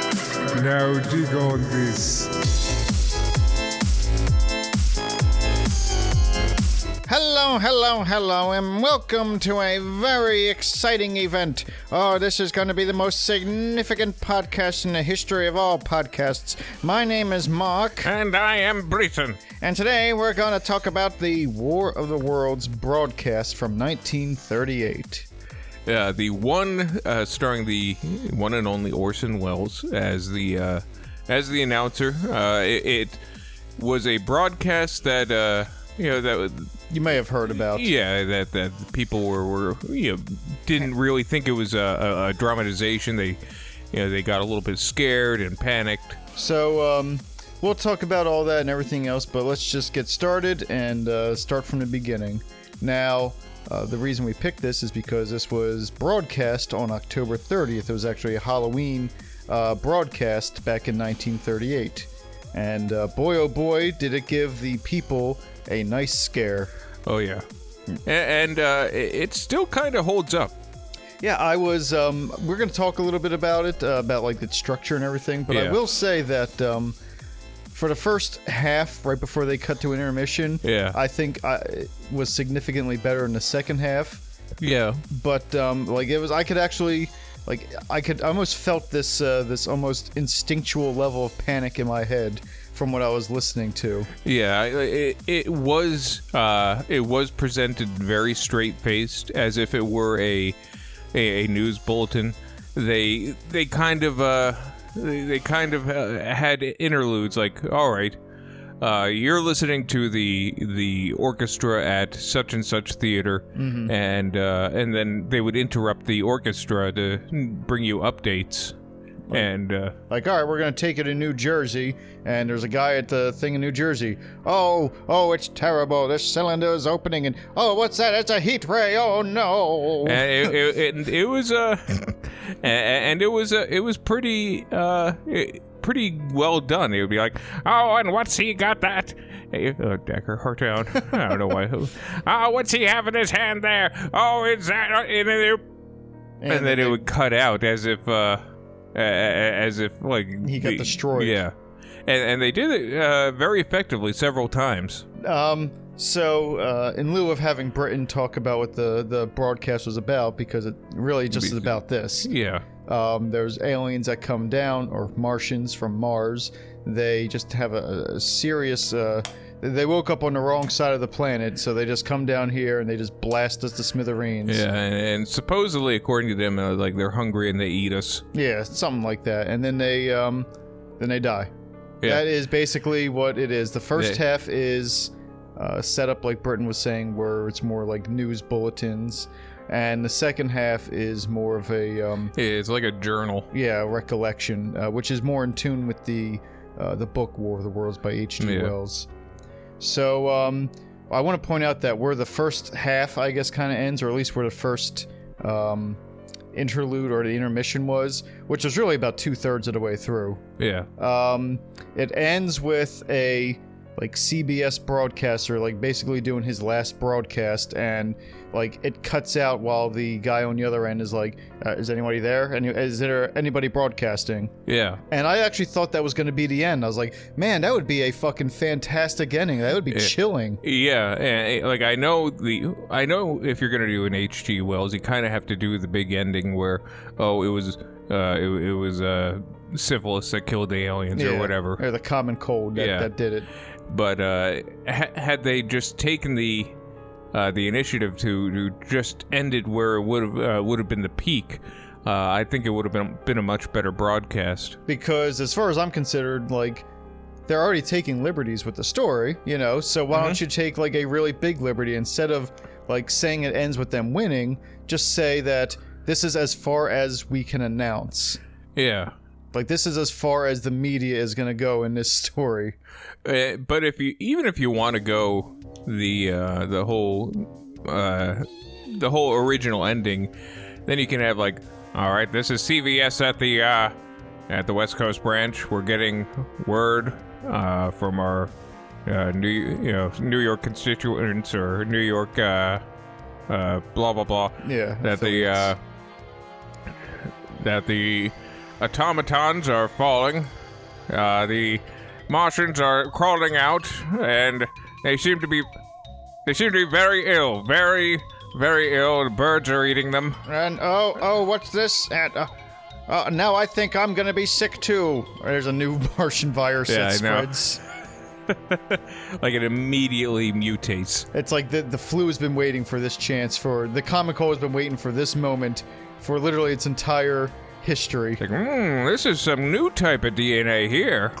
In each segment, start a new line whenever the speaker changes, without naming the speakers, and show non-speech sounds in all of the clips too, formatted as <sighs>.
find out you got this.
Hello, hello, hello, and welcome to a very exciting event. Oh, this is going to be the most significant podcast in the history of all podcasts. My name is Mark,
And I am Britain.
and today we're going to talk about the War of the Worlds broadcast from 1938.
Uh, the one uh, starring the one and only Orson Welles as the uh, as the announcer. Uh, it, it was a broadcast that uh, you know that was-
You may have heard about.
yeah that that people were, were you know didn't really think it was a, a, a dramatization. They you know they got a little bit scared and panicked.
So, um, we'll talk about all that and everything else, but let's just get started and uh, start from the beginning. Now, uh, the reason we picked this is because this was broadcast on October 30th. It was actually a Halloween uh, broadcast back in 1938. And uh, boy, oh boy, did it give the people a nice scare.
Oh yeah, A- and, uh, it, it still kind of holds up.
Yeah, I was. Um, we're going to talk a little bit about it, uh, about like the structure and everything. But I
Yeah.
will say that um, for the first half, right before they cut to an intermission,
Yeah.
I think I it was significantly better in the second half.
Yeah,
But um, like it was, I could actually, like I could I almost felt this uh, this almost instinctual level of panic in my head from what I was listening to.
Yeah, I- I- it, it was uh, it was presented very straight faced, as if it were a, a a news bulletin. They they kind of uh, they they kind of uh, had interludes like, all right, uh, you're listening to the the orchestra at such and such theater, and uh, and then they would interrupt the orchestra to bring you updates, and. Uh,
Like, all right, we're gonna take it to New Jersey, and there's a guy at the thing in New Jersey. Oh, oh, it's terrible. This cylinder is opening, and oh, what's that? It's a heat ray. Oh no. <laughs>
and it, Uh, it, it, it was uh, a- and it was a it was pretty uh it- pretty well done. It would be like, oh, and what's he got that? Hey, uh, Decker, heart down. I don't know
<laughs>
why. Oh, what's he have in his hand there? Oh, is that? And then it, and then it would cut out as if uh a- a- as if like
He got
the-
destroyed.
Yeah. And, and they did it uh, very effectively several times.
Um. So, uh, in lieu of having Britain talk about what the the broadcast was about, because it really just is about this.
Yeah.
Um, there's aliens that come down, or Martians from Mars. They just have a, a serious. Uh, they woke up on the wrong side of the planet, so they just come down here and they just blast us to smithereens.
Yeah. And, and supposedly, according to them, uh, like they're hungry and they eat us.
Yeah, something like that. And then they um then they die.
Yeah.
That is basically what it is. The first
They-
half is uh, set up like Britain was saying, where it's more like news bulletins, and the second half is more of a um,
It's like a journal.
yeah recollection, uh, which is more in tune with the uh, the book War of the Worlds by H.G.
Yeah.
Wells. So um, I want to point out that where the first half, I guess, kind of ends, or at least where the first um, interlude or the intermission was, which was really about two thirds of the way through.
Yeah.
Um, it ends with a like CBS broadcaster like basically doing his last broadcast, and like it cuts out while the guy on the other end is like, uh, "Is anybody there? Any, is there anybody broadcasting?"
Yeah.
And I actually thought that was going to be the end. I was like, "Man, that would be a fucking fantastic ending. That would be chilling."
Yeah, and, eh, like I know the I know if you're gonna do an H.G. Wells, you kind of have to do the big ending where oh it was uh it, it was uh syphilis that killed the aliens or
Yeah.
whatever.
Or the common cold that,
Yeah.
that did it.
But uh ha- had they just taken the uh, the initiative to, to just end it where it would have uh, would have been the peak, uh, I think it would have been been a much better broadcast.
because as far as I'm considered, like they're already taking liberties with the story, you know. So why don't you take like a really big liberty instead of like saying it ends with them winning? Just say that this is as far as we can announce.
Yeah.
Like this is as far as the media is gonna go in this story.
Uh, but if you even if you want to go the uh, the whole uh, the whole original ending, then you can have like, all right, this is CVS at the uh, at the West Coast branch. We're getting word uh, from our uh, New you know New York constituents or New York uh, uh, blah blah blah
Yeah.
that the uh, that the automatons are falling. Uh, the Martians are crawling out, and they seem to be they seem to be very ill, very very ill. and Birds are eating them.
And oh, oh, what's this? And, uh, uh, now I think I'm gonna be sick too. There's a new <laughs> Martian virus
Yeah,
that
I know.
spreads.
Like it immediately mutates.
It's like the the flu has been waiting for this chance for the Comic Con has been waiting for this moment for literally its entire history.
Like, hmm, this is some new type of DNA here.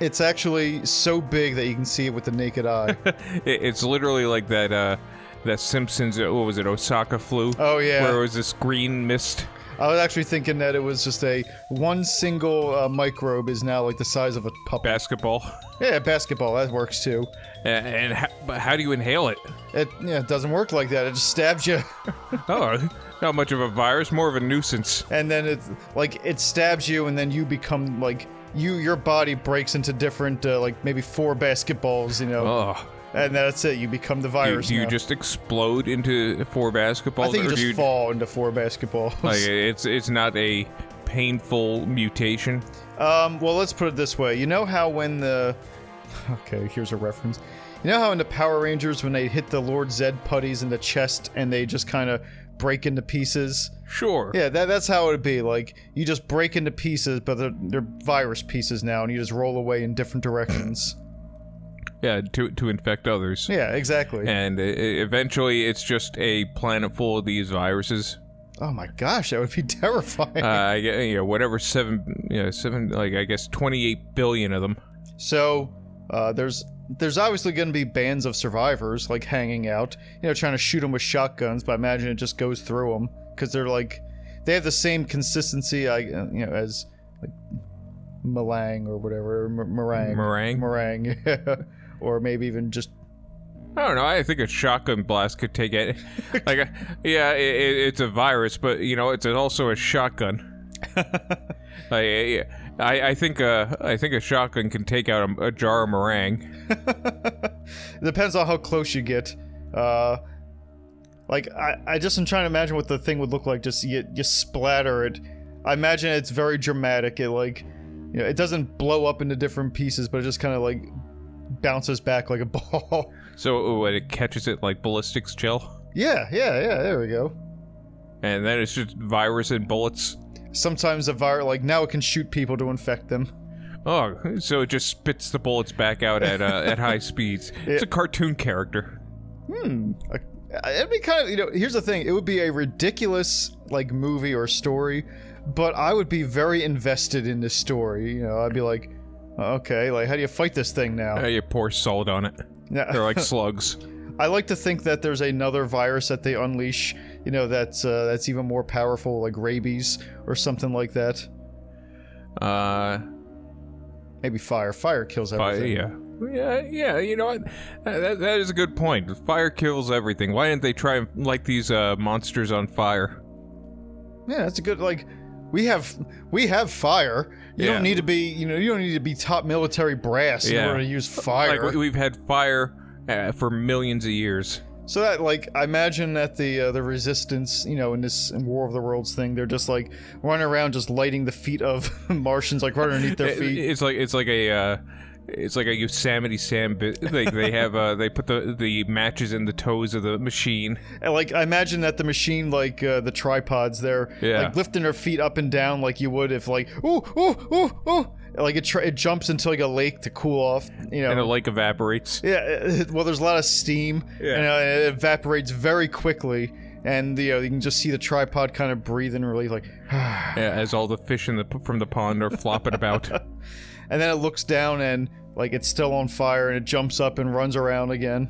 It's actually so big that you can see it with the naked
<laughs>
eye.
<laughs> It, it's literally like that. Uh, that Simpsons, uh, what was it, Osaka flu?
Oh, yeah.
where it was this green mist.
I was actually thinking that it was just a one single uh, microbe is now like the size of a puppy.
basketball.
yeah, basketball that works too.
A- And how, but how do you inhale
<laughs>
it?
It yeah, it doesn't work like that. It just stabs you, <laughs>
Oh, not much of a virus, more of a nuisance.
and then it like it stabs you, and then you become like you your body breaks into different uh, like maybe four basketballs, you know,
Oh,
and that's it. You become the
do,
virus.
do you
now.
just explode into four basketballs?
I think you
or
just
do you,
fall into four basketballs.
Like, it's it's not a painful mutation.
Um, well, let's put it this way. You know how when the <laughs> okay, here's a reference. You know how in the Power Rangers when they hit the Lord Zed putties in the chest and they just kind of break into pieces.
Sure.
Yeah, that, that's how it'd be. Like you just break into pieces, but they're, they're virus pieces now, and you just roll away in different directions.
Yeah, to to infect others.
yeah, exactly.
And uh, eventually, it's just a planet full of these viruses.
Oh my gosh, that would be <laughs> terrifying.
Uh, yeah, you know, whatever seven, you know, seven, like I guess twenty-eight billion of them.
So uh, there's there's obviously going to be bands of survivors like hanging out, you know, trying to shoot them with shotguns. But I imagine it just goes through them because they're like they have the same consistency, I you know, as like melang or whatever, m- meringue,
Meringue?
meringue, yeah. <laughs> or maybe even just
I don't know. I think a shotgun blast could take it. like, a, yeah, i i it's a virus, but you know, it's also a shotgun. like, I, I I think uh, I think a shotgun can take out a, a jar of meringue.
It <laughs> depends on how close you get. Uh, like I, I just am trying to imagine what the thing would look like. Just you, you splatter it. I imagine it's very dramatic. It like, you know, it doesn't blow up into different pieces, but it just kind of like bounces back like a <laughs> ball.
So when it catches it like ballistics gel,
yeah, yeah, yeah. There we go.
and then it's just virus and bullets.
Sometimes a virus like now it can shoot people to infect them.
Oh, so it just spits the bullets back out at uh, at high speeds. It's a cartoon character.
Uh, it'd be kind of you know here's the thing it would be a ridiculous like movie or story but i would be very invested in this story you know i'd be like okay like how do you fight this thing now
Uh, you pour salt on it.
Yeah.
They're like slugs.
i like to think that there's another virus that they unleash you know that's uh, that's even more powerful like rabies or something like that
Uh,
maybe fire fire kills
Fi-
everything
yeah. Yeah, yeah, you know what? That, that- that is a good point. Fire kills everything. Why didn't they try and light these uh, monsters on fire?
yeah that's a good like we have we have fire you
Yeah.
don't need to be you know you don't need to be top military brass
Yeah.
in order to use fire
Like we- we've had fire uh, for millions of years.
So that, like, I imagine that the uh, the resistance, you know, in this War of the Worlds thing, they're just like running around, just lighting the feet of <laughs> Martians, like right underneath their
It-
feet.
it's like it's like a uh, it's like a Yosemite Sam. Bit. Like they have uh, they put the the matches in the toes of the machine.
And, like, I imagine that the machine, like uh, the tripods, they're
Yeah.
like lifting their feet up and down, like you would if, like, ooh, ooh, ooh, ooh, like it tra- it jumps into like a lake to cool off, you know.
And the lake evaporates.
yeah, it- well, there's a lot of steam,
Yeah.
and uh, it evaporates very quickly, and you know you can just see the tripod kind of breathe in relief, like.
Yeah, uh, as all the fish in the p- from the pond are
<laughs>
flopping about.
and then it looks down and like it's still on fire and it jumps up and runs around again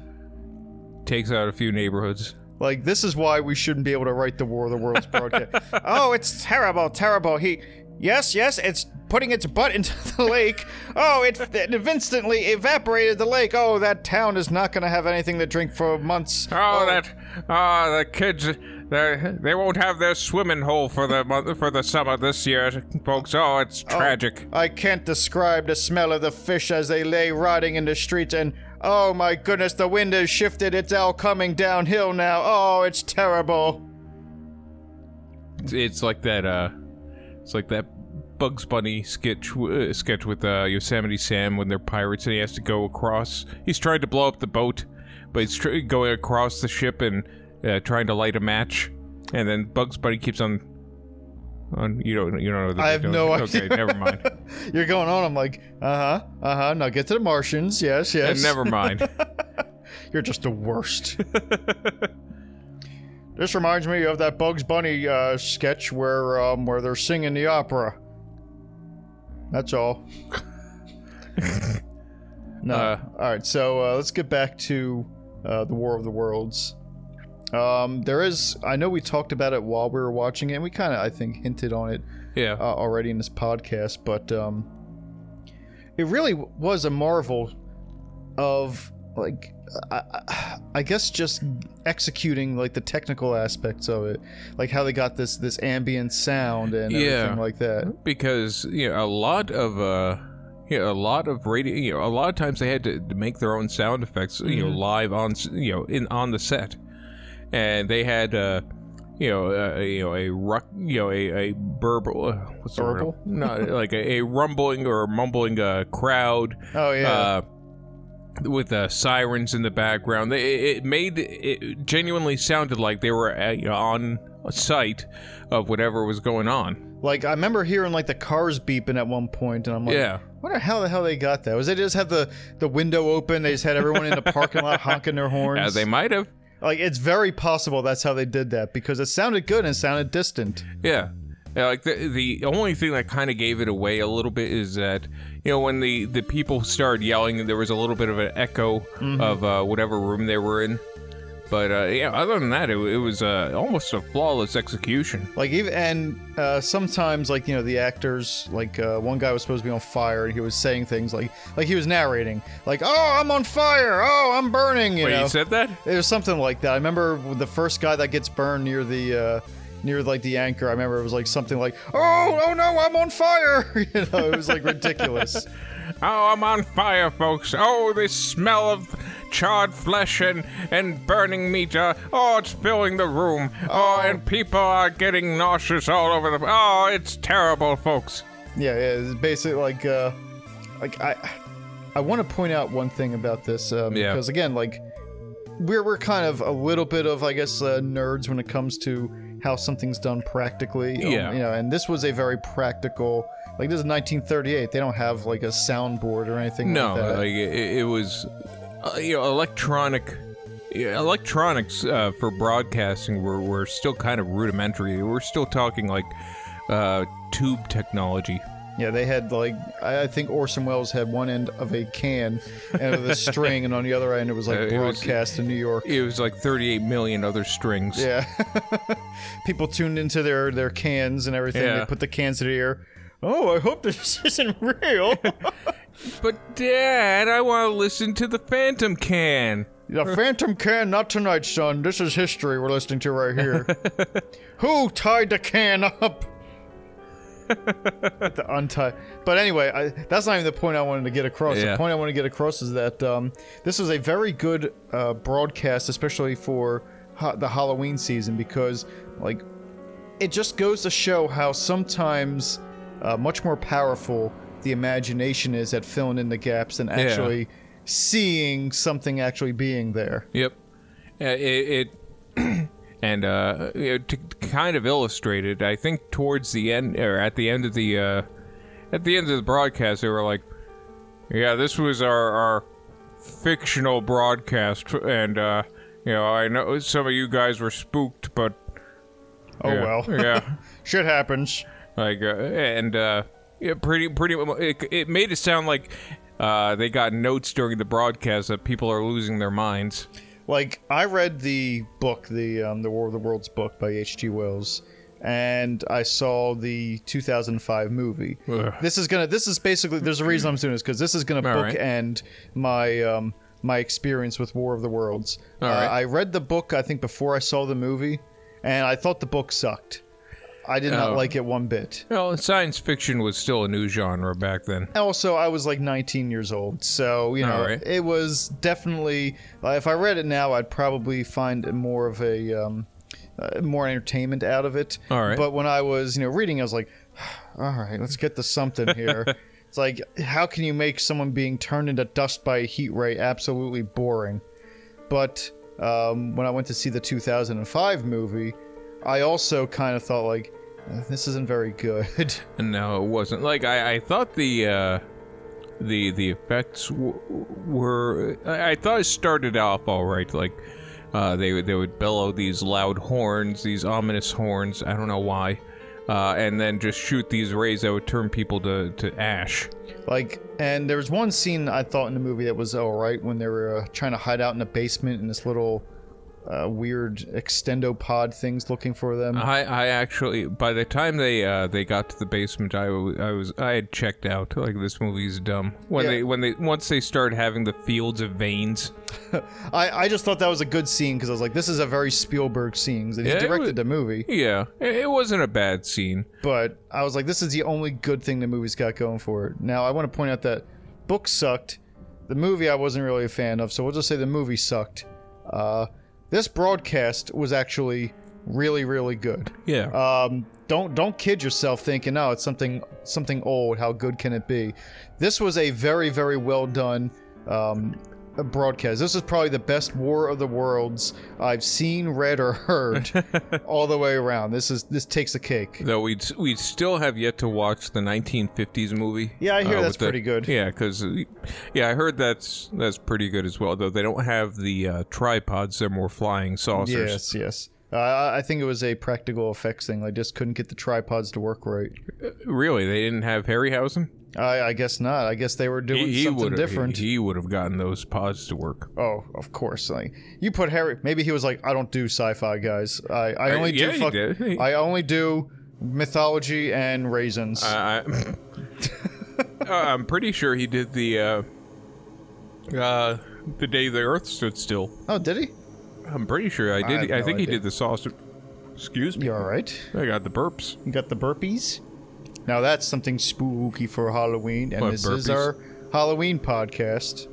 Takes out a few neighborhoods.
like this is why we shouldn't be able to write the war of the worlds broadcast oh it's terrible terrible he yes yes it's putting its butt into <laughs> the lake oh it, it instantly evaporated the lake oh that town is not going to have anything to drink for months
Oh, that ah, the kids they they won't have their swimming hole for the month for the summer this year, folks. Oh, it's tragic.
I can't describe the smell of the fish as they lay rotting in the streets, and oh my goodness, the wind has shifted. It's all coming downhill now. Oh, it's terrible.
It's, it's like that uh, it's like that Bugs Bunny sketch uh, sketch with uh, Yosemite Sam when they're pirates and he has to go across. He's trying to blow up the boat, but he's tr- going across the ship and uh, trying to light a match, and then Bugs Bunny keeps on. On you don't you don't know. That
I have no idea.
Okay, never mind.
<laughs> You're going on. I'm like, uh huh, uh huh. Now get to the Martians. Yes,
Uh,
yes.
never mind.
You're just the
<laughs>
worst. <laughs> this reminds me of that Bugs Bunny uh, sketch where um, where they're singing the opera. That's
<laughs>
all. no.
Uh,
all right. So uh, let's get back to uh, the War of the Worlds. Um, there is. I know we talked about it while we were watching it. and We kind of, I think, hinted on it
Yeah.
uh, already in this podcast, but um, it really w- was a marvel of like I, I- I guess just executing like the technical aspects of it, like how they got this this ambient sound and
Yeah.
everything like that.
because you know a lot of uh you know, a lot of radio you know a lot of times they had to, to make their own sound effects you know
Mm-hmm.
live on s- you know in on the set and they had uh you know, uh, you know, a ruck, you know, a, a burble, uh, what's the word?
Burble? <laughs>
No, like a, a rumbling or mumbling uh, crowd,
Oh yeah,
uh, with uh, sirens in the background. They, it- it made it genuinely sounded like they were uh you know, on site of whatever was going on.
like I remember hearing like the cars beeping at one point, and I'm like,
yeah,
wonder how the hell they got that. Was they just had the the window open? They just had everyone in the parking lot honking
<laughs>
their horns.
Uh, they might have.
like it's very possible that's how they did that because it sounded good and it sounded distant.
Yeah. Yeah, like the the only thing that kind of gave it away a little bit is that you know when the the people started yelling, there was a little bit of an echo
Mm-hmm.
of uh, whatever room they were in. But uh, yeah, other than that, it, wa- it was uh, almost a flawless execution.
Like even and uh, sometimes like you know the actors like uh, one guy was supposed to be on fire and he was saying things like like he was narrating like oh I'm on fire oh I'm burning you
Wait,
know
you said that?
it was something like that. I remember the first guy that gets burned near the uh, near like the anchor. I remember it was like something like oh oh no I'm on fire <laughs> you know it was like ridiculous.
Oh, I'm on fire, folks! Oh, this smell of charred flesh and and burning meat! Uh, oh, it's filling the room! Oh, and people are getting nauseous all over the. Oh, it's terrible, folks!
Yeah, yeah. It's basically like, uh, like I, I want to point out one thing about this um,
Yeah.
because again, like we're we're kind of a little bit of I guess uh, nerds when it comes to how something's done practically. um,
Yeah.
you know, and this was a very practical. Like this is 1938. They don't have like a soundboard or anything.
No,
like that.
like it, it was, uh, you know, electronic. yeah, Electronics uh, for broadcasting were, were still kind of rudimentary. We're still talking like uh, tube technology.
Yeah, they had like I I think Orson Welles had one end of a can and of the string, and on the other end it was like
Uh, <laughs> it was-
broadcast in New York.
It was like 38 million other strings.
Yeah. People tuned into their their cans and everything.
Yeah.
They put the cans to the air. Oh, I hope this <laughs> isn't
<laughs>
real.
But Dad, I want to listen to the Phantom Can.
the phantom can, not tonight, son. This is history we're listening to right
<laughs>
here. Who tied the can up? the untie. But anyway, I, that's not even the point I wanted to get across.
Yeah.
The point I want to get across is that um, this was a very good uh, broadcast, especially for ha- the Halloween season, because like it just goes to show how sometimes uh, much more powerful the imagination is at filling in the gaps than actually seeing something actually being there.
Yep. Uh, it, it <clears throat> and uh, you know, to kind of illustrate it, I think towards the end or at the end of the uh, at the end of the broadcast, they were like, "Yeah, this was our our fictional broadcast, and uh, you know, I know some of you guys were spooked, but
Oh
yeah,
well,
<laughs> yeah."
shit happens.
like uh, and uh yeah pretty pretty mu- it, it made it sound like uh they got notes during the broadcast that people are losing their minds
Like I read the book, the um, the War of the Worlds book by H.G. Wells, and I saw the 2005 movie.
Ugh.
This is gonna. This is basically. There's a reason I'm doing this because this is gonna
All right.
bookend my um, my experience with War of the Worlds.
All
Uh,
right.
I read the book I think before I saw the movie, and I thought the book sucked. I did not
Oh.
like it one bit.
well science fiction was still a new genre back then
also I was like 19 years old, so you know
Alright.
it was definitely. Uh, if I read it now, I'd probably find it more of a um, uh, more entertainment out of it.
All right.
But when I was, you know, reading, I was like, <sighs> all right, let's get to something here. it's like, how can you make someone being turned into dust by a heat ray absolutely boring? But um, when I went to see the 2005 movie, I also kind of thought like, "Eh, this isn't very good. <laughs>
No, it wasn't. Like I, I thought the uh, the the effects w- were. I, I thought it started off all right. Like uh, they would- they would bellow these loud horns, these ominous horns. I don't know why. Uh, and then just shoot these rays that would turn people to, to ash.
Like, and there was one scene I thought in the movie that was all right when they were uh, trying to hide out in the basement in this little uh, weird extendo pod things looking for them.
I, I actually by the time they uh, they got to the basement I, w- I was I had checked out like this movie's dumb when
Yeah.
they when they once they started having the fields of veins
I, I just thought that was a good scene because I was like, this is a very Spielberg scene because he
Yeah, it
directed
was-
the movie.
yeah it, it wasn't a bad scene
But I was like, this is the only good thing the movie's got going for it. Now I want to point out that book sucked. The movie I wasn't really a fan of, so we'll just say the movie sucked. Uh, this broadcast was actually really, really good.
yeah
Um, don't don't kid yourself thinking, oh, it's something something old. How good can it be? This was a very very well done um, broadcast. This is probably the best War of the Worlds I've seen, read, or
<laughs>
heard all the way around. This is this takes the cake.
Though we'd we still have yet to watch the 1950s movie. uh,
Yeah, I hear that's
with the-
pretty good.
Yeah, because yeah, I heard that's that's pretty good as well. Though they don't have the uh, tripods; they're more flying saucers.
Yes, yes. Uh, I- I think it was a practical effects thing. I just couldn't get the tripods to work right.
Really, they didn't have Harryhausen.
I, I guess not. I guess they were doing something
would
different.
He, would have gotten those pods
<laughs>
to work.
Oh, of course. Like you put Harry. Maybe he was like, I don't do sci-fi, guys. I, I only
yeah,
do.
he
Fuck,
did. <laughs>
I only do mythology and raisins.
I, I, <laughs> Uh, I'm pretty sure he did the uh, uh, the day the Earth stood still.
oh, did he?
I'm pretty sure I
I have
did. I,
no
think he
idea.
did the saucer. Excuse me.
You all right?
I got the burps.
You got the burpees. Now that's something spooky for Halloween, and
What,
this is
burpees?
our Halloween podcast.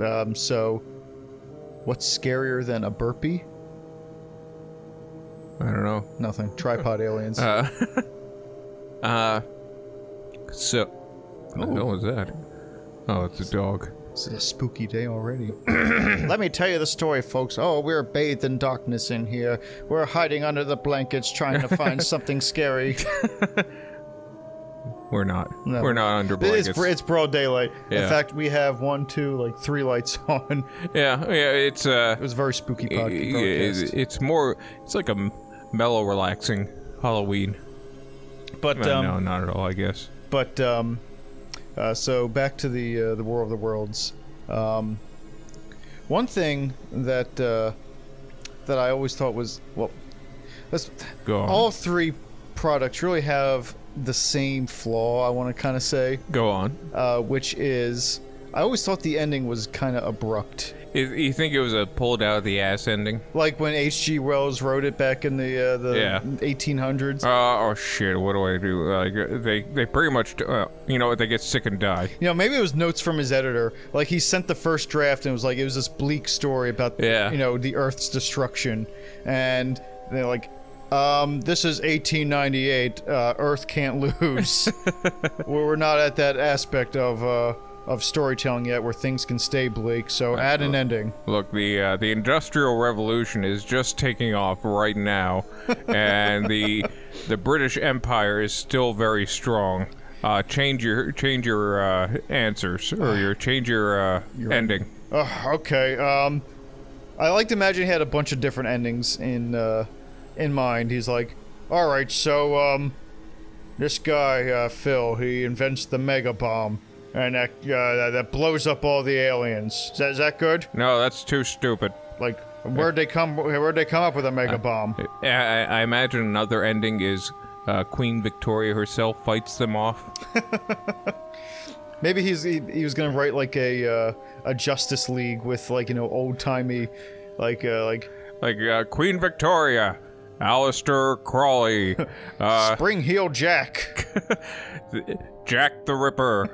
Um, so, what's scarier than a burpee?
I don't know.
Nothing. Tripod aliens.
Uh, <laughs> uh, so, what the hell was that? Oh, it's a dog.
It's a spooky day already. <clears throat> Let me tell you the story, folks. Oh, we're bathed in darkness in here. We're hiding under the blankets trying to <laughs> find something scary.
We're not.
No.
We're not under
It's,
blankets.
it's broad daylight. In
Yeah.
fact, we have one, two, like three lights <laughs> on.
yeah, yeah. It's uh,
It was a very spooky
i- i-
pod- podcast.
it- it's more. It's like a m- mellow, relaxing Halloween.
but
No,
um,
no, not at all. I guess.
but um, uh, so back to the uh, the War of the Worlds. Um, one thing that uh, that I always thought was well, let's
Go on.
all three products really have the same flaw i want to kind of say
Go on.
uh, which is i always thought the ending was kind of abrupt
You, you think it was a pulled out of the ass ending?
like when hg wells wrote it back in the uh, the
Yeah.
1800s
Uh, oh shit! What do I do? Like uh, they, they pretty much, uh, you know what? They get sick and die.
you know maybe it was notes from his editor like he sent the first draft and it was like it was this bleak story about
Yeah.
you know the earth's destruction and they're like um, this is 1898 uh, earth can't lose Well, we're not at that aspect of uh, of storytelling yet where things can stay bleak so add an ending
Look, the uh, the industrial revolution is just taking off right now, and the the British Empire is still very strong. Uh, change your change your uh, answers or your change your uh, ending.
Ugh, okay um, i like to imagine he had a bunch of different endings in uh, in mind he's like all right so um, this guy uh, phil he invents the mega bomb and that, uh, that- that blows up all the aliens is that, is that good
No, that's too stupid.
like where'd they come where'd they come up with a mega bomb
I, I I imagine another ending is uh, Queen Victoria herself fights them off.
Maybe he's he, he was gonna write like a uh, a Justice League with like you know old timey, like uh, like
Like uh, Queen Victoria, Alistair Crawley, uh,
Spring Heel Jack.
Jack the Ripper,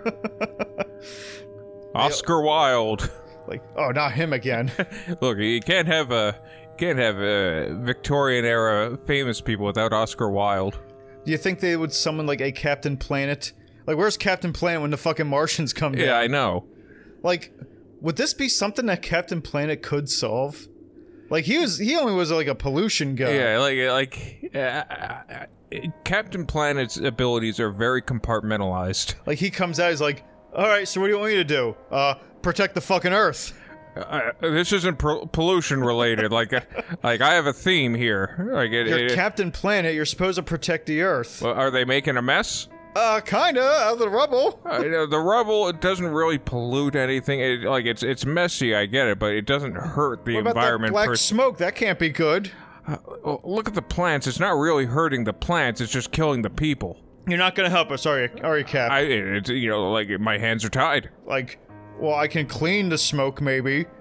Oscar Wilde.
like oh, not him again.
Look, you can't have a Can't have uh, Victorian era famous people without Oscar Wilde.
Do you think they would summon like a Captain Planet? Like, where's Captain Planet when the fucking Martians come down?
Yeah, I know.
Like, would this be something that Captain Planet could solve? Like he was, he only was like a pollution guy.
Yeah, like like uh, uh, uh, Captain Planet's abilities are very compartmentalized.
Like he comes out, he's like, "All right, so what do you want me to do? Uh, protect the fucking Earth."
Uh, this isn't pro- pollution related. like uh, like I have a theme here. Like it,
You're
it-
Captain Planet. You're supposed to protect the Earth.
well, are they making a mess?
Uh, kinda out of the rubble.
Uh, you know, the rubble it doesn't really pollute anything. It, like it's it's messy, I get it, but it doesn't hurt the
What about that
environment.
black
per-
smoke. That can't be good.
Well, look at the plants. It's not really hurting the plants. It's just killing the people.
You're not gonna help us, are you? Are you, Cap?
I, it's, you know, like my hands are tied.
like, well, I can clean the smoke, maybe. <sighs>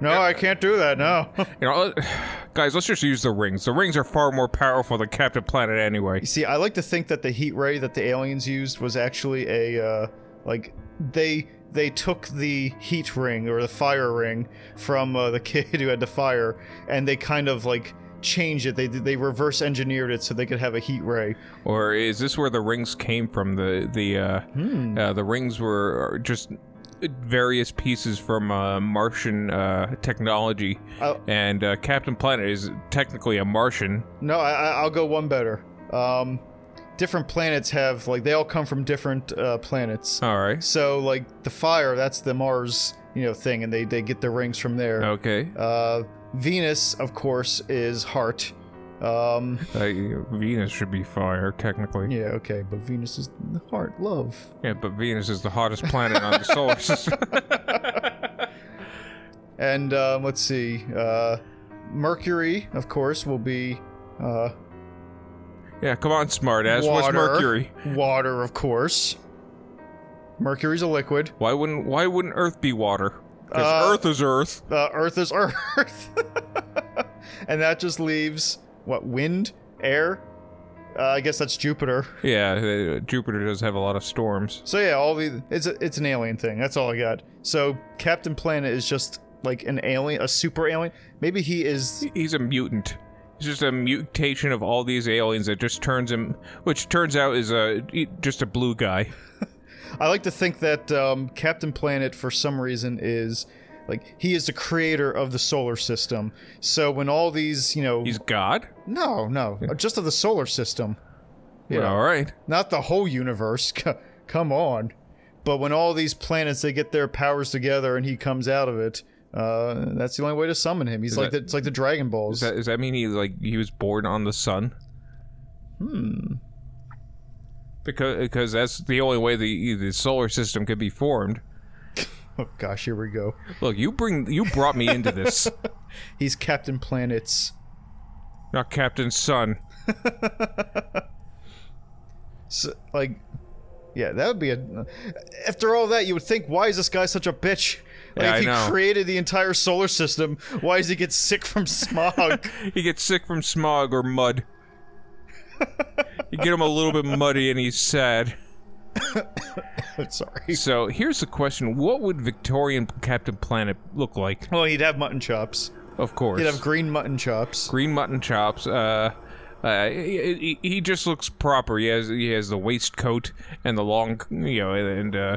no, I can't do that. No. <laughs>
You know, <sighs> guys, let's just use the rings. The rings are far more powerful than Captain Planet anyway.
You see, I like to think that the heat ray that the aliens used was actually a uh, like they they took the heat ring or the fire ring from uh, the <laughs> kid who had the fire, and they kind of like changed it. They they reverse engineered it so they could have a heat ray.
Or is this where the rings came from? The the uh, uh, the rings were just various pieces from uh, Martian uh, technology,
Oh.
and uh, Captain Planet is technically a Martian.
No, I, I- I'll go one better. Um, different planets have like they all come from different uh, planets.
All right.
So like the fire, that's the Mars you know thing, and they they get the rings from there. <laughs>
Okay.
Uh, Venus, of course, is heart. Um,
Uh, Venus should be fire technically.
yeah, okay, but Venus is the heart, love.
Yeah, but Venus is the hottest planet on
<laughs>
the solar system.
And um, let's see, uh, Mercury, of course, will be uh,
yeah, come on, smartass. What's
Water.
Mercury?
water, of course. Mercury's a liquid.
Why wouldn't Why wouldn't Earth be water? Because
Uh,
Earth is Earth.
Uh, Earth is <laughs> Earth, and that just leaves what wind, air. Uh, I guess that's Jupiter.
Yeah, uh, Jupiter does have a lot of storms.
So yeah, all the it's a, it's an alien thing. That's all I got. So Captain Planet is just like an alien, a super alien. Maybe he is.
He's a mutant. He's just a mutation of all these aliens that just turns him, which turns out is a he- just a blue guy.
I like to think that um, Captain Planet, for some reason, is like he is the creator of the solar system. So when all these, you know,
He's God.
no, no, just of the solar system.
Yeah.
Yeah.
all right.
not the whole universe. <laughs> c- Come on. But when all these planets they get their powers together and he comes out of it, uh, that's the only way to summon him. He's like
that-
the, it's like the Dragon Balls.
Does that, does that mean he like he was born on the sun? Hmm. Because because that's the only way the the solar system could be formed.
<laughs> oh gosh, here we go.
Look, you bring you brought me into this,
He's Captain Planets.
not Captain Sun.
So, like, yeah, that would be a. After all that, you would think, why is this guy such a bitch? Like,
Yeah,
if
I
he
know.
created the entire solar system, why does he get sick from smog? <laughs>
He gets sick from smog or mud. you get him a little bit muddy and he's sad.
I'm
<laughs>
sorry.
So here's the question: What would Victorian Captain Planet look like?
Well, he'd have mutton chops.
Of course,
He'd have green mutton chops.
green mutton chops. Uh, uh, he, he- he just looks proper. He has he has the waistcoat and the long, you know, and uh,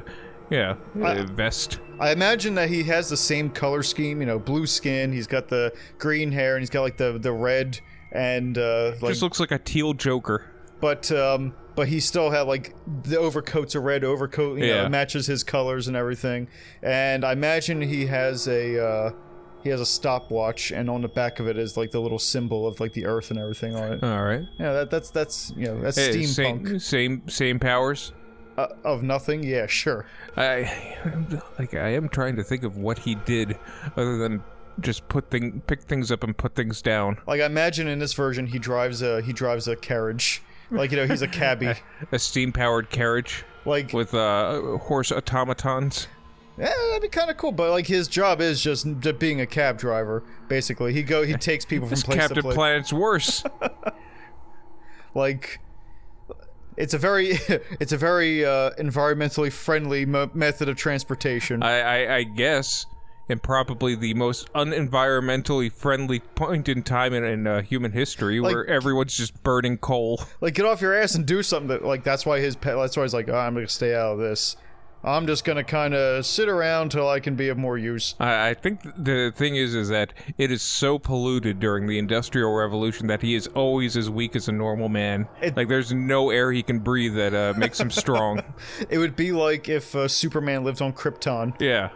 yeah, uh, vest.
I imagine that he has the same color scheme, you know, blue skin. He's got the green hair, and he's got like the the red and uh, like.
Just looks like a teal Joker.
but um, but he still had like the overcoat's a red overcoat. You know,
Yeah.
it matches his colors and everything. And I imagine he has a uh, he has a stopwatch, and on the back of it is like the little symbol of like the Earth and everything on
<laughs>
it.
All right,
yeah, that, that's that's you know that's
Hey,
steampunk
same same same powers.
uh, of nothing. Yeah, sure.
I like I am trying to think of what he did other than just put thing pick things up and put things down.
Like I imagine in this version, he drives a he drives a carriage. Like you know, he's a cabbie.
<laughs> A steam powered carriage
Like
with uh horse automatons.
Yeah, that'd be kind of cool. But like his job is just d- being a cab driver, basically. He
<laughs>
go he takes people from
This
place
Captain
to place.
Planet's worse.
like it's a very <laughs> it's a very uh, environmentally friendly mo method of transportation.
I, I I guess and probably the most unenvironmentally friendly point in time in, in uh, human history where everyone's just burning coal.
Like, get off your ass and do something. That, like, that's why his pet. That's why he's like, "Ah, I'm gonna stay out of this. I'm just gonna kind of sit around till I can be of more use.
I, I think th- the thing is, is that it is so polluted during the Industrial Revolution that he is always as weak as a normal man.
It-
like there's no air he can breathe that uh, makes him strong.
It would be like if uh, Superman lived on Krypton.
Yeah.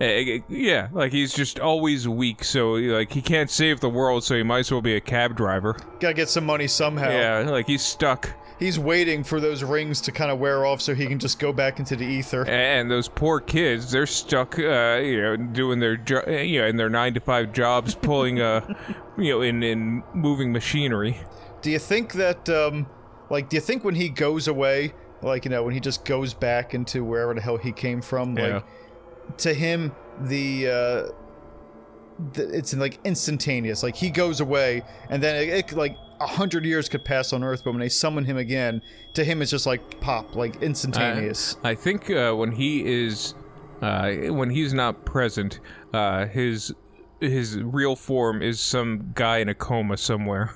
Eh, eh, Yeah, like he's just always weak, so like he can't save the world, so he might as well be a cab driver.
Gotta get some money somehow.
Yeah, like he's stuck,
He's waiting for those rings to kind of wear off so he can just go back into the ether.
and those poor kids—they're stuck, uh, you know, doing their jo- eh, you know, in their nine-to-five jobs, pulling, uh, <laughs> you know, in in moving machinery.
Do you think that, um, like, do you think when he goes away, like, you know, when he just goes back into wherever the hell he came from,
Yeah.
like, to him, the, uh, the, it's like instantaneous. Like, he goes away, and then it, it like, a hundred years could pass on Earth, but when they summon him again, to him, it's just like pop, like, instantaneous.
I think uh, when he is, uh, when he's not present, uh, his his real form is some guy in a coma somewhere.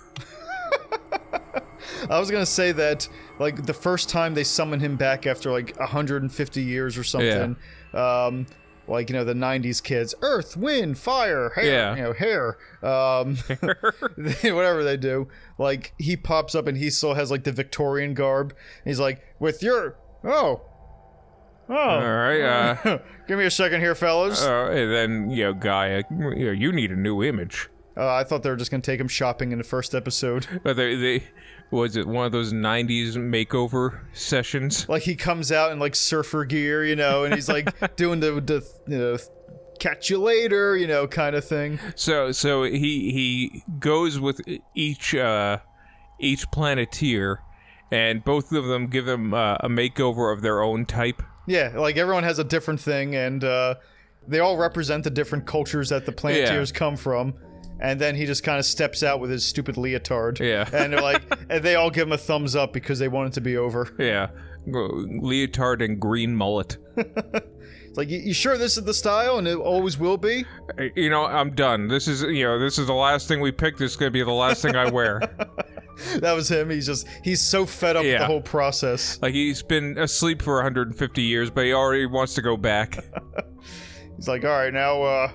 I was gonna say that like the first time they summon him back after like 150 years or something, um, like you know the 90s kids, Earth, Wind, Fire, hair,
Yeah.
you know hair,
<laughs>
um, <laughs> whatever they do. Like he pops up and he still has like the Victorian garb. He's like, with your oh,
All
oh,
right. Uh,
<laughs> give me a second here, fellas. Uh,
Uh, and then you know, Gaia, you, know, you need a new image.
Uh, I thought they were just gonna take him shopping in the first episode.
But Uh, they, they was it one of those '90s makeover sessions?
like he comes out in like surfer gear, you know, and he's
<laughs>
like doing the, the you know catch you later, you know, kind of thing.
So, so he he goes with each uh, each planeteer, and both of them give him uh, a makeover of their own type.
Yeah, like everyone has a different thing, and uh, they all represent the different cultures that the Planeteers come from. And then he just kind of steps out with his stupid leotard.
Yeah.
<laughs> and they're like, and they all give him a thumbs up because they want it to be over.
Yeah, leotard and green mullet.
It's like, you, you sure this is the style, and it always will be?
You know, I'm done. This is you know, this is the last thing we picked. This is gonna be the last thing I wear. <laughs>
That was him. He's just he's so fed up with
Yeah.
the whole process.
like he's been asleep for 150 years, but he already wants to
<laughs>
go back.
He's like, all right, now, uh,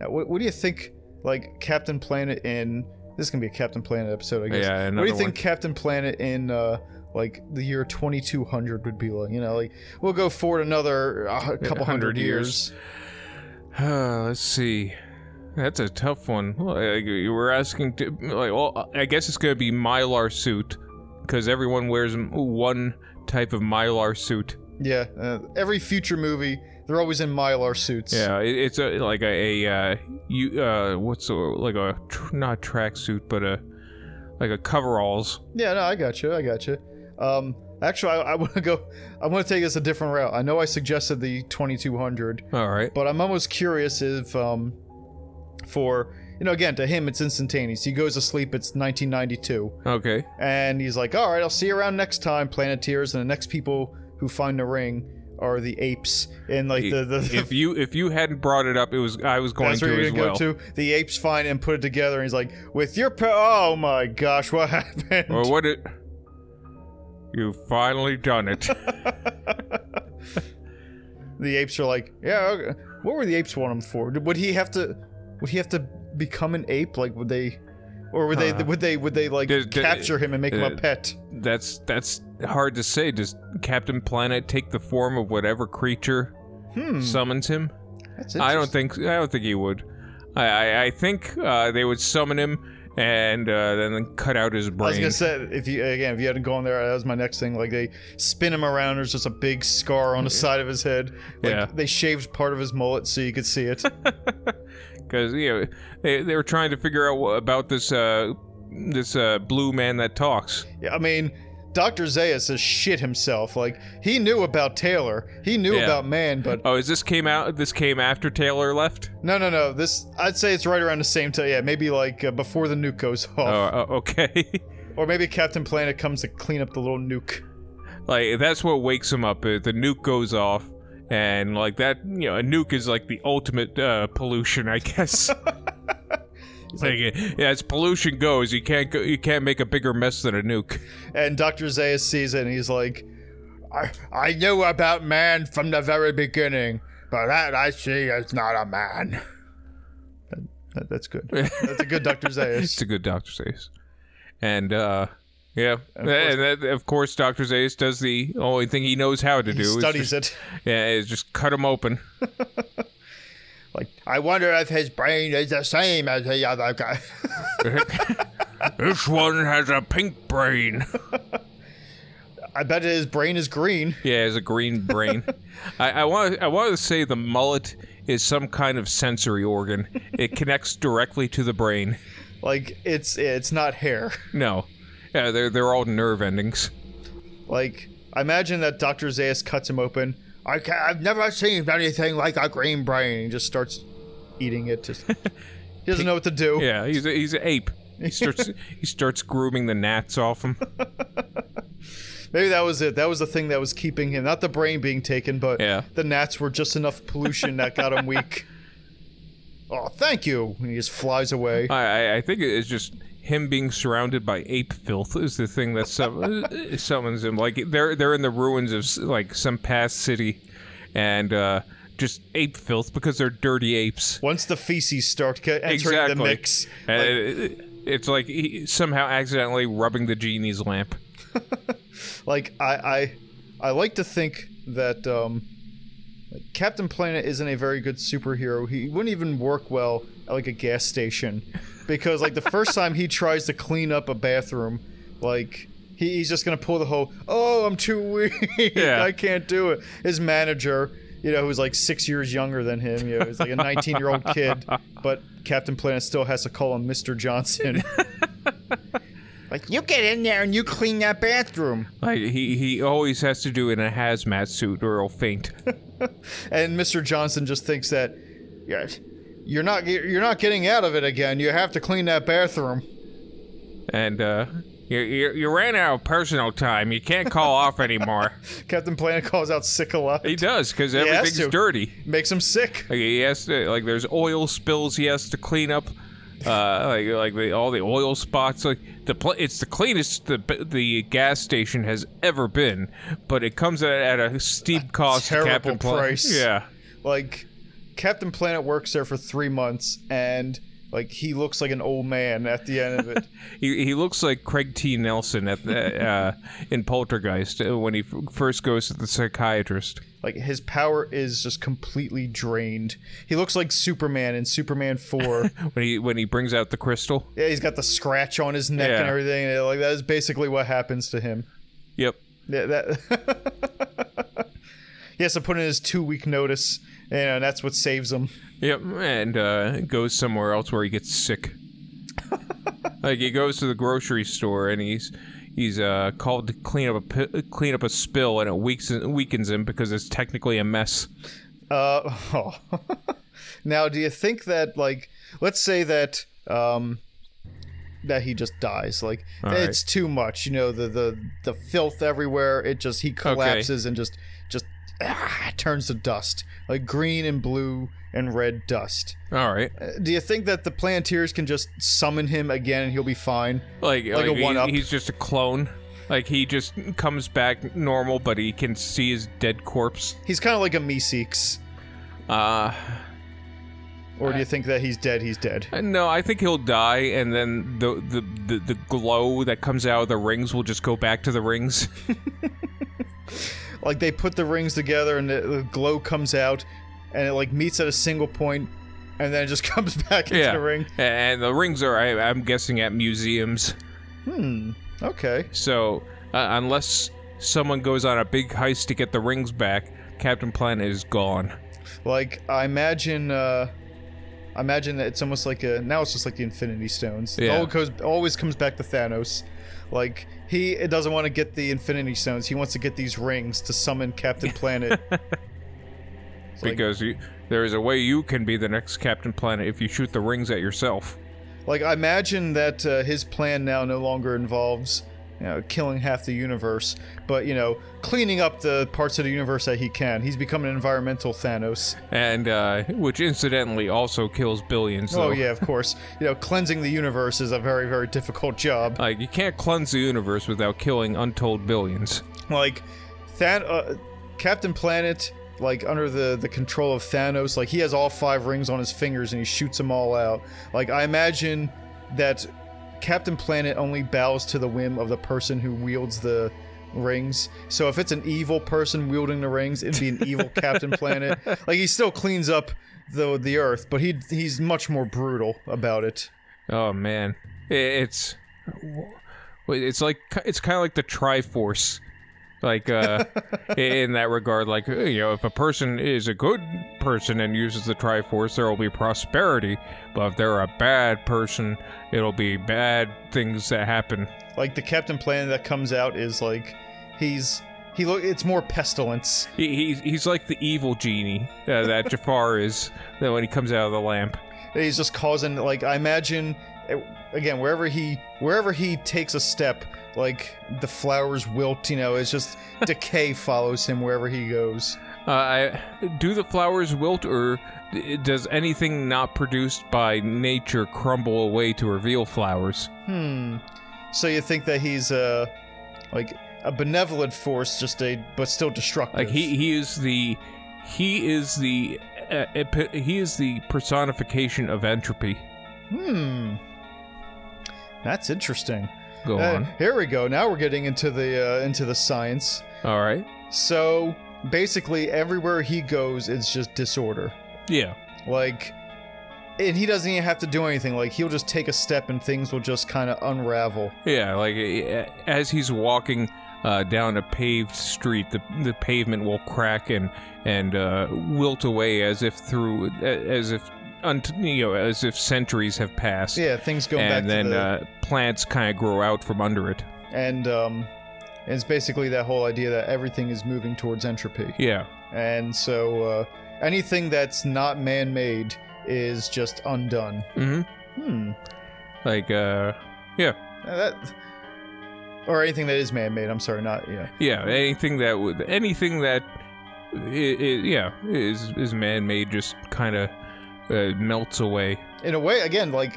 now what, what do you think, like, Captain Planet in, this is going to be a Captain Planet episode, I guess.
Yeah,
What do you
another
think
one.
Captain Planet in, uh, like, the year 2200 would be like? You know, like, we'll go forward another uh, couple hundred
hundred
years.
years. Uh, let's see. That's a tough one. Like, you were asking to, like, well, I guess it's gonna be mylar suit, because everyone wears m- one type of mylar suit.
Yeah, uh, every future movie, they're always in Mylar suits.
Yeah, it, it's a like a, a uh, you uh, what's the like a tr- not tracksuit, but a like a coveralls.
Yeah, no, I got you. I got you. Um, actually, I, I want to go, I want to take us a different route. I know I suggested the 2200,
All right.
but I'm almost curious if, um, for you know, again, to him it's instantaneous. He goes to sleep. It's 1992, <laughs>
Okay.
and he's like, "All right, I'll see you around next time, Planeteers." And the next people who find the ring are the apes, and like the the. the
If you if you hadn't brought it up, it was I was
<laughs>
going
that's where
to
you're
as
gonna
well.
go to. The apes find it and put it together, and he's like, "With your pa- oh my gosh, what <laughs> happened?"
Well, what it? You finally done it.
<laughs> the apes are like, "Yeah, okay. what were the apes want him for? Would he have to? Would he have to become an ape? Like, would they, or would they?
Huh.
Would they? Would they like
Did- did-
capture him and make him a
uh,
pet?"
That's that's hard to say. Does Captain Planet take the form of whatever creature
Hmm.
summons him?
That's
I don't think I don't think he would. I I, I think uh, they would summon him and uh, then cut out his
I was
brain.
gonna say if you again if you hadn't gone there that was my next thing like they spin him around there's just a big scar on the side of his head like
Yeah.
they shaved part of his mullet so you could see
<laughs>
it
Because you know they, they were trying to figure out wha- about this uh, this uh, blue man that talks.
Yeah, I mean Dr. Zayas has shit himself like he knew about Taylor he knew
Yeah.
about man but
Oh, is this came out? This came after Taylor left.
no no no this I'd say it's right around the same time yeah maybe like uh, before the nuke goes <laughs>
Oh,
off
uh, okay. <laughs>
or maybe Captain Planet comes to clean up the little nuke
like that's what wakes him up. uh, The nuke goes off, and like that, you know, a nuke is like the ultimate uh, pollution, I guess.
<laughs>
like, yeah, as pollution goes, you can't go, you can't make a bigger mess than a nuke. <laughs>
And Dr. Zayas sees it and he's like, I, I knew about man from the very beginning, but that I see is not a man. That, that's good. That's a good
<laughs>
Dr.
It's
Zayas.
a good Doctor Zayas, and uh, yeah, and that, of course, Doctor Zayas does the only thing he knows how to do.
He
is
studies
just,
it.
Yeah, is just cut him open.
Like, I wonder if his brain is the same as the other guy. <laughs>
This one has a pink brain. <laughs>
I bet his brain is green.
Yeah, it's a green brain. I, I want I want to say the mullet is some kind of sensory organ. It connects directly to the brain.
Like, it's it's not hair.
No, yeah, they're they're all nerve endings.
Like, I imagine that Dr. Zayas cuts him open. I can I've never seen anything like a green brain. He just starts eating it.
<laughs>
Just, he doesn't know what to do.
Yeah, he's a, he's an ape. He starts he starts grooming the gnats off him.
Maybe that was it. That was the thing that was keeping him. Not the brain being taken, but
Yeah.
the gnats were just enough pollution that got him
<laughs>
weak. Oh, thank you. And he just flies away.
I I, I think it's just him being surrounded by ape filth is the thing that sum- <laughs> summons him. Like they're they're in the ruins of s- like some past city, and uh, just ape filth because they're dirty apes.
Once the feces start ca- entering
exactly.
the mix,
Uh, it- it's like he, somehow accidentally rubbing the genie's lamp.
like I, I, I like to think that um, like Captain Planet isn't a very good superhero. He wouldn't even work well at like a gas station, because like the first time he tries to clean up a bathroom, like. he- He's just gonna pull the whole. Oh, I'm too weak. <laughs>
Yeah.
I can't do it. His manager, you know, who's like six years younger than him, you know, he's like a 19 year old kid, but Captain Planet still has to call him Mr. Johnson. like, you get in there and you clean that bathroom.
Like he, he always has to do it in a hazmat suit or
<laughs>
he'll faint.
and Mr. Johnson just thinks that yes, you're not you're not getting out of it again. You have to clean that bathroom. <laughs>
and uh, you, you you ran out of personal time. You can't call off anymore.
Captain Planet calls out sick a
<laughs>
lot. <laughs>
He does because
has
everything's
to.
dirty.
Makes him sick.
Like he has to like there's oil spills he has to clean up. Uh, like like the, all the oil spots, like the pl- it's the cleanest the the gas station has ever been, but it comes at, at a steep cost. to
terrible
Captain Pla-
price.
Yeah,
Like Captain Planet works there for three months and like he looks like an old man at the end of it.
He, he looks like Craig T. Nelson at the, uh, in Poltergeist uh, when he f- first goes to the psychiatrist.
like his power is just completely drained. He looks like Superman in Superman four.
When he when he brings out the crystal.
yeah, he's got the scratch on his neck and
Yeah.
everything. and, Like that is basically what happens to him.
Yep.
Yeah, that. <laughs> he has to put in his two week notice, you know, and that's what saves him.
Yep. And uh, goes somewhere else where he
<laughs>
gets sick. like he goes to the grocery store and he's he's uh, called to clean up a pi- clean up a spill and it weakens weakens him because it's technically a mess.
Uh, <laughs> oh. now, do you think that, like, let's say that, um, that he just dies? Like,
right.
it's too much, you know, the the the filth everywhere. It just he collapses and just just ah, turns to dust, like green and blue and red dust. Uh,
All right.
Do you think that the Planteers can just summon him again and he'll be fine?
like, like,
a
he-
one-up.
he's just a clone. Like he just comes back normal, but he can see his dead corpse.
He's kind of like a Meeseeks.
Uh,
Or do you think that he's dead? He's
<laughs>
dead.
no, I think he'll die, and then the the, the the glow that comes out of the rings will just go back to the rings. <laughs>
Like they put the rings together and the, the glow comes out, and it like meets at a single point, and then it just <laughs> comes back into
yeah,
the ring.
and the rings are, I, I'm guessing, at museums.
Okay.
So uh, unless someone goes on a big heist to get the rings back, Captain Planet is gone.
Like I imagine, uh, I imagine that it's almost like a now it's just like the Infinity Stones. It
Yeah.
all goes always comes back to Thanos. Like he doesn't want to get the Infinity Stones. He wants to get these rings to summon
<laughs>
Captain Planet. It's like-
Because you, there is a way you can be the next Captain Planet if you shoot the rings at yourself.
Like, I imagine that uh, his plan now no longer involves you know, killing half the universe, but you know, cleaning up the parts of the universe that he can. He's become an environmental Thanos.
and uh, which incidentally also kills billions.
Oh
though.
yeah, of course. You know, cleansing the universe is a very, very difficult job.
Like you can't cleanse the universe without killing untold billions.
Like, Than- uh, Captain Planet, like under the the control of Thanos, like he has all five rings on his fingers and he shoots them all out. Like I imagine that Captain Planet only bows to the whim of the person who wields the rings. So if it's an evil person wielding the rings, it'd be an evil Captain Planet. Like he still cleans up the the Earth, but he he's much more brutal about it.
Oh man, I- it's it's like it's kind of like the Triforce, like uh, in that regard. Like you know, if a person is a good person and uses the Triforce, there will be prosperity. But if they're a bad person, it'll be bad things that happen.
Like the Captain Planet that comes out is like he's he look it's more pestilence.
He, he's he's like the evil genie uh, that Jafar is that when he comes out of the lamp.
He's just causing like I imagine eh, again wherever he wherever he takes a step like the flowers wilt, you know, it's
<laughs>
just decay follows him wherever he goes.
Uh, I, do the flowers wilt, or d- does anything not produced by nature crumble away to reveal flowers?
Hmm. So you think that he's uh like a benevolent force just a but still destructive.
Like he, e- he is the, he is the, uh, epi- he is the personification of entropy.
Hmm. That's interesting.
Go
Eh,
on.
here we go. Now we're getting into the uh, into the science.
All right.
So basically, everywhere he goes, it's just disorder.
Yeah.
Like, and he doesn't even have to do anything. Like, he'll just take a step and things will just kind of unravel.
Yeah. Like uh, as he's walking. Uh, down a paved street, the the pavement will crack and and uh, wilt away as if through as if unt- you know as if centuries have passed.
Yeah, things go back
and then
to the.
uh, plants kind of grow out from under it.
and, um, it's basically that whole idea that everything is moving towards entropy.
Yeah,
And so, uh, anything that's not man made is just undone.
hmm
Hmm.
like uh,
Uh, That. Or anything that is man made. I'm sorry, not, yeah.
yeah, anything that would anything that i i yeah is is man made just kind of uh, melts away. <laughs>
in a way again like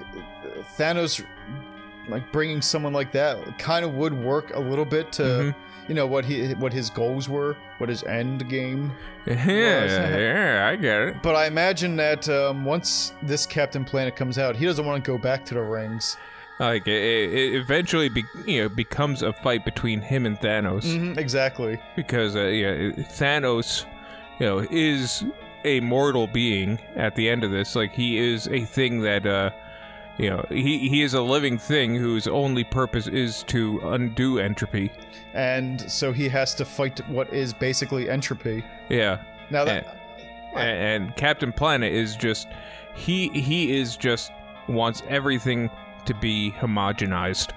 thanos like bringing someone like that kind of would work a little bit to
Mhm.
you know what he what his goals were what his end game
Yeah,
Yes.
yeah, I get it.
but i imagine that um, once this captain planet comes out he doesn't want to go back to the rings
Like it, it it eventually, be, you know, becomes a fight between him and Thanos
exactly
because uh, yeah, Thanos, you know, is a mortal being. At the end of this, like he is a thing that uh, you know he he is a living thing whose only purpose is to undo entropy.
and so he has to fight what is basically entropy
Yeah,
now that
A- and, Captain Planet is just he he is just wants everything to be homogenized.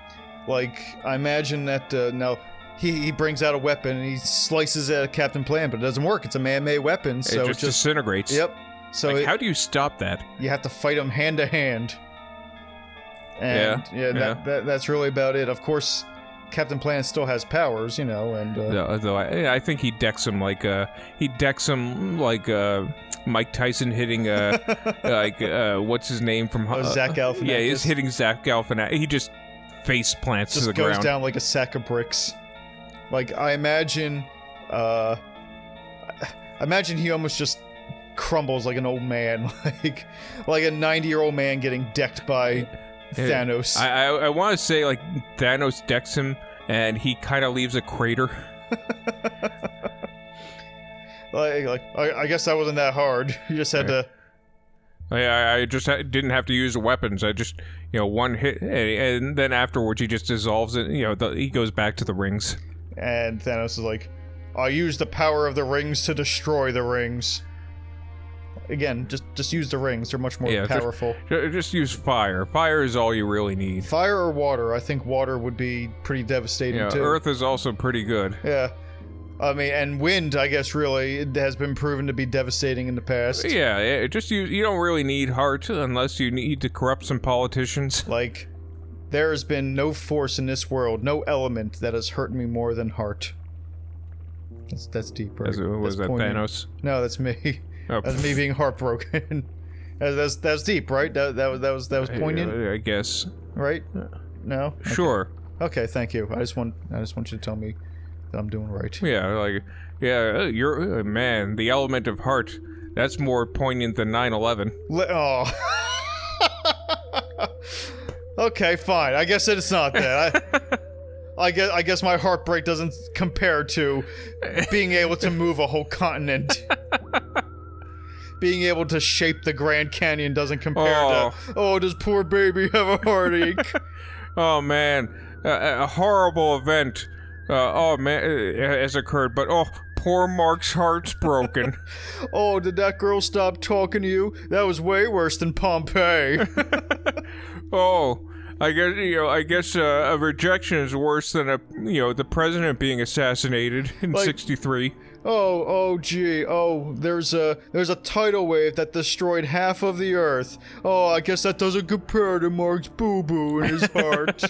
like i imagine that uh, now he, he brings out a weapon and he slices at captain planet but it doesn't work it's a man-made weapon so
it
it
just, disintegrates.
Yep. So
Like,
it-
how do you stop that?
you have to fight them hand to hand. And yeah, that,
yeah.
That, that's really about it. Of course, Captain Planet still has powers, you know, and uh,
Though, though eh, I, I think he decks him like uh he decks him like uh Mike Tyson
<laughs>
hitting uh like uh what's his name from
Oh,
uh,
Zach Galifianakis.
yeah he's hitting Zach Galifianakis he just face plants
just
to the
goes
ground
down like a sack of bricks. Like I imagine, uh, I imagine he almost just crumbles like an old man, <laughs> like like a ninety-year-old man getting decked by
Yeah.
Thanos.
I I, I want to say like Thanos decks him and he kind of leaves a crater
like, like I, I guess that wasn't that hard. <laughs> You just had to.
I- I, I just ha- didn't have to use weapons I just you know one hit and, and then afterwards he just dissolves it you know the, he goes back to the rings
And Thanos is like, I use the power of the rings to destroy the rings. Again, just just use the rings. They're much more
Yeah, just-
powerful.
Ju- just use fire fire is all you really need
Fire or water? I think water would be pretty devastating
Yeah,
too.
Earth is also pretty good.
Yeah. I mean, and wind, I guess, really it has been proven to be devastating in the past.
Yeah, it just you you don't really need heart unless you need to corrupt some politicians. <laughs>
Like, There has been no force in this world, no element that has hurt me more than heart. That's that's deep, right?
As, was that
poignant.
Thanos?
No, that's me. <laughs>
Oh,
That's me being heartbroken. <laughs> that's, that's that's deep, right? That that was that was that was poignant,
I guess.
right? No.
Sure.
Okay, thank you. I just want I just want you to tell me that I'm doing right.
Yeah, like, yeah, uh, you're, uh, man, the element of heart, that's more poignant than 9 11.
Le- oh. <laughs> okay, fine. I guess it's not that. I, I guess I guess my heartbreak doesn't compare to being able to move a whole continent. being able to shape the Grand Canyon doesn't compare to. Oh, does poor baby have a heartache?
Oh, man, uh, a horrible event. Uh, oh, man, uh, has occurred, but oh, poor Mark's heart's
<laughs>
broken.
oh, did that girl stop talking to you? That was way worse than Pompeii.
oh. I guess you know. I guess uh, a rejection is worse than a you know the president being assassinated <laughs> in
Like-
'63.
Oh, oh, gee, oh, there's a there's a tidal wave that destroyed half of the Earth. Oh, I guess that doesn't compare to Mark's boo boo in his heart.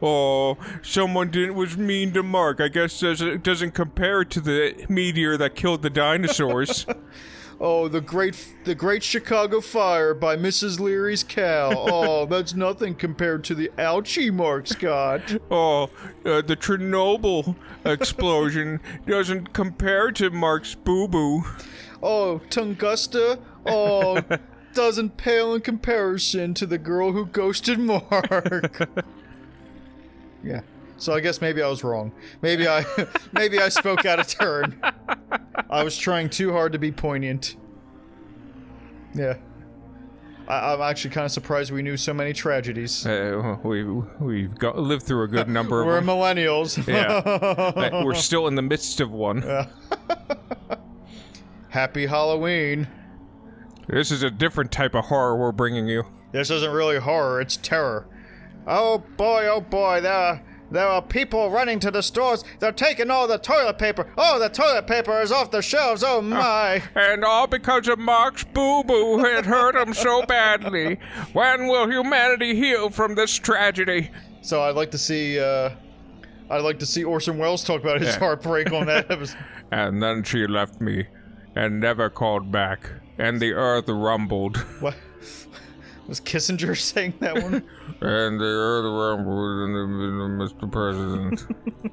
Oh, someone didn't was mean to Mark. I guess doesn't doesn't compare to the meteor that killed the dinosaurs.
<laughs> oh, the great the Great Chicago Fire by Mrs. Leary's cow. Oh, that's nothing compared to the ouchie Mark's got.
oh, uh, the Chernobyl explosion <laughs> doesn't compare to Mark's boo boo.
Oh, Tungusta. Oh, doesn't pale in comparison to the girl who ghosted Mark. yeah. So I guess maybe I was wrong. Maybe I <laughs> maybe I spoke out of turn. I was trying too hard to be poignant. Yeah. I, I'm actually kind of surprised we knew so many tragedies.
Uh, we we've got, lived through
<laughs>
a good number
We're
of them.
millennials.
Yeah, Uh, we're still in the midst of one.
<laughs> Happy Halloween.
This is a different type of horror we're bringing you.
This isn't really horror, it's terror. Oh boy, oh boy, there are, there are people running to the stores. They're taking all the toilet paper. Oh, the toilet paper is off the shelves. Oh my.
And all because of Mark's boo boo, it hurt him so badly. When will humanity heal from this tragedy?
So I'd like to see uh I'd like to see Orson Welles talk about his
Yeah.
heartbreak on that episode.
And then she left me and never called back, and the earth rumbled.
What? Was Kissinger saying that one?
And the earth rumbled, and the- Mr. President.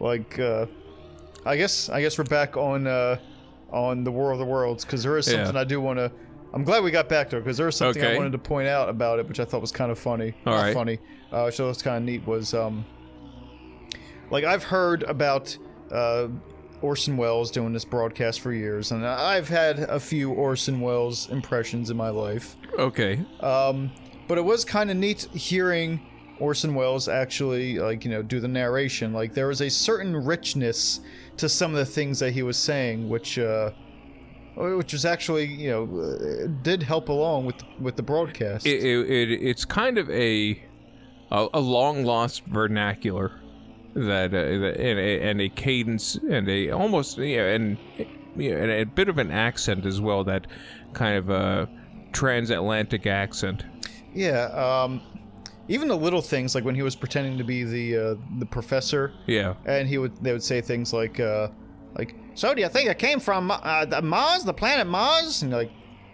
like uh I guess I guess we're back on uh on the War of the Worlds because there is
Yeah.
something I do want to. I'm glad we got back to it because there was something I
Okay.
wanted to point out about it, which I thought was kind of funny.
All
Not
right.
funny. Uh, so it's kind of neat. Was um, like I've heard about uh, Orson Welles doing this broadcast for years, and I've had a few Orson Welles impressions in my life.
okay.
Um, but it was kind of neat hearing Orson Welles actually, like you know, do the narration. Like there was a certain richness to some of the things that he was saying, which, uh, which was actually, you know, uh, did help along with with the broadcast.
It, it, it, it's kind of a a, a long lost vernacular that, uh, that and, a, and a cadence and a almost yeah and yeah and a bit of an accent as well that kind of a transatlantic accent.
yeah. Um, even the little things, like when he was pretending to be the uh, the professor
Yeah.
and he would they would say things like uh like so do you think it came from uh, the mars the planet mars and like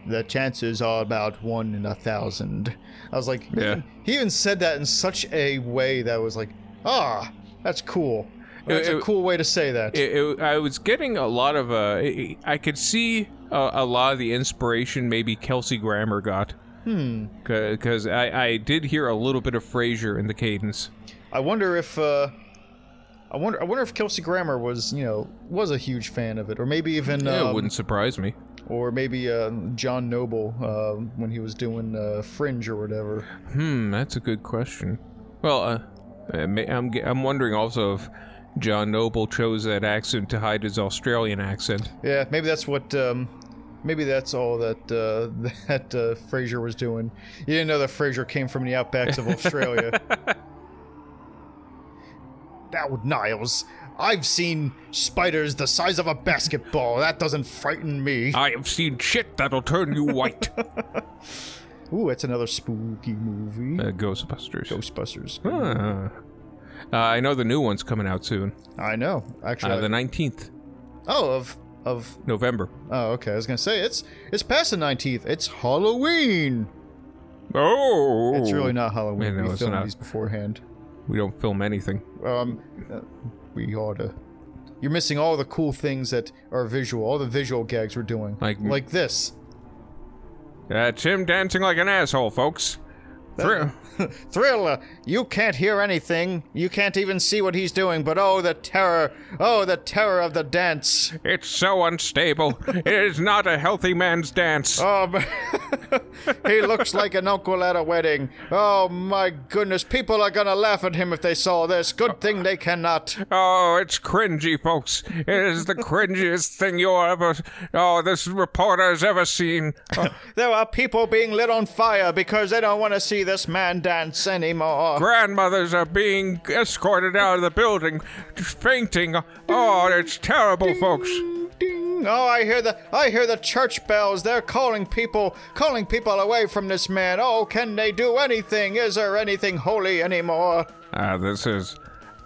the chances are about one in a thousand i was like
Yeah.
he even said that in such a way that was like ah that's cool that's a
it-
cool way to say that
It, it, I was getting a lot of uh, I- I could see uh, a, a lot of the inspiration maybe Kelsey Grammer got. Hmm. Because I, I did hear a little bit of Frasier in the cadence.
i wonder if uh I wonder, I wonder if Kelsey Grammer was, you know, was a huge fan of it, or maybe even,
Yeah, it
um,
wouldn't surprise me.
or maybe uh, John Noble uh, when he was doing uh, Fringe or whatever.
Hmm, that's a good question. Well, uh, I may- I'm ge- I'm wondering also if John Noble chose that accent to hide his Australian accent.
Yeah, maybe that's what. Um, maybe that's all that uh, <laughs> that uh, Fraser was doing. You didn't know that Fraser came from the outbacks of
<laughs>
Australia. Now, Niles, I've seen spiders the size of a
Uh,
basketball. That doesn't frighten me.
<laughs> I have seen shit that'll turn you white.
Ooh, that's another spooky movie.
Uh, Ghostbusters.
Ghostbusters.
Huh. Uh, I know the new one's coming out soon.
I know. Actually,
Uh,
I-
the 19th,
oh, of of
November.
oh, okay. I was gonna say it's it's past the nineteenth. It's Halloween.
Oh!
It's really not Halloween.
Yeah, no,
we
it's
filmed
not.
these beforehand.
We don't film anything.
Um, uh, we oughta. You're missing all the cool things that are visual. All the visual gags we're doing,
Like-
like this.
That's him dancing like an asshole, folks. Thrill.
Thriller, uh, you can't hear anything. You can't even see what he's doing, but oh, the terror. Oh, the terror of the dance.
It's so unstable. it is not a healthy man's dance.
Oh, man. <laughs> he looks like an uncle at a wedding. Oh, my goodness. People are going to laugh at him if they saw this. Good thing they cannot.
Oh, it's cringy, folks. It is the cringiest thing you'll ever. Oh, this reporter has ever seen. Oh,
There are people being lit on fire because they don't want to see this man dance anymore.
grandmothers are being escorted out of the building, fainting. Oh, it's terrible, folks.
Ding. Oh, I hear the I hear the church bells. They're calling people, calling people away from this man. Oh, can they do anything? Is there anything holy anymore?
Uh, this is,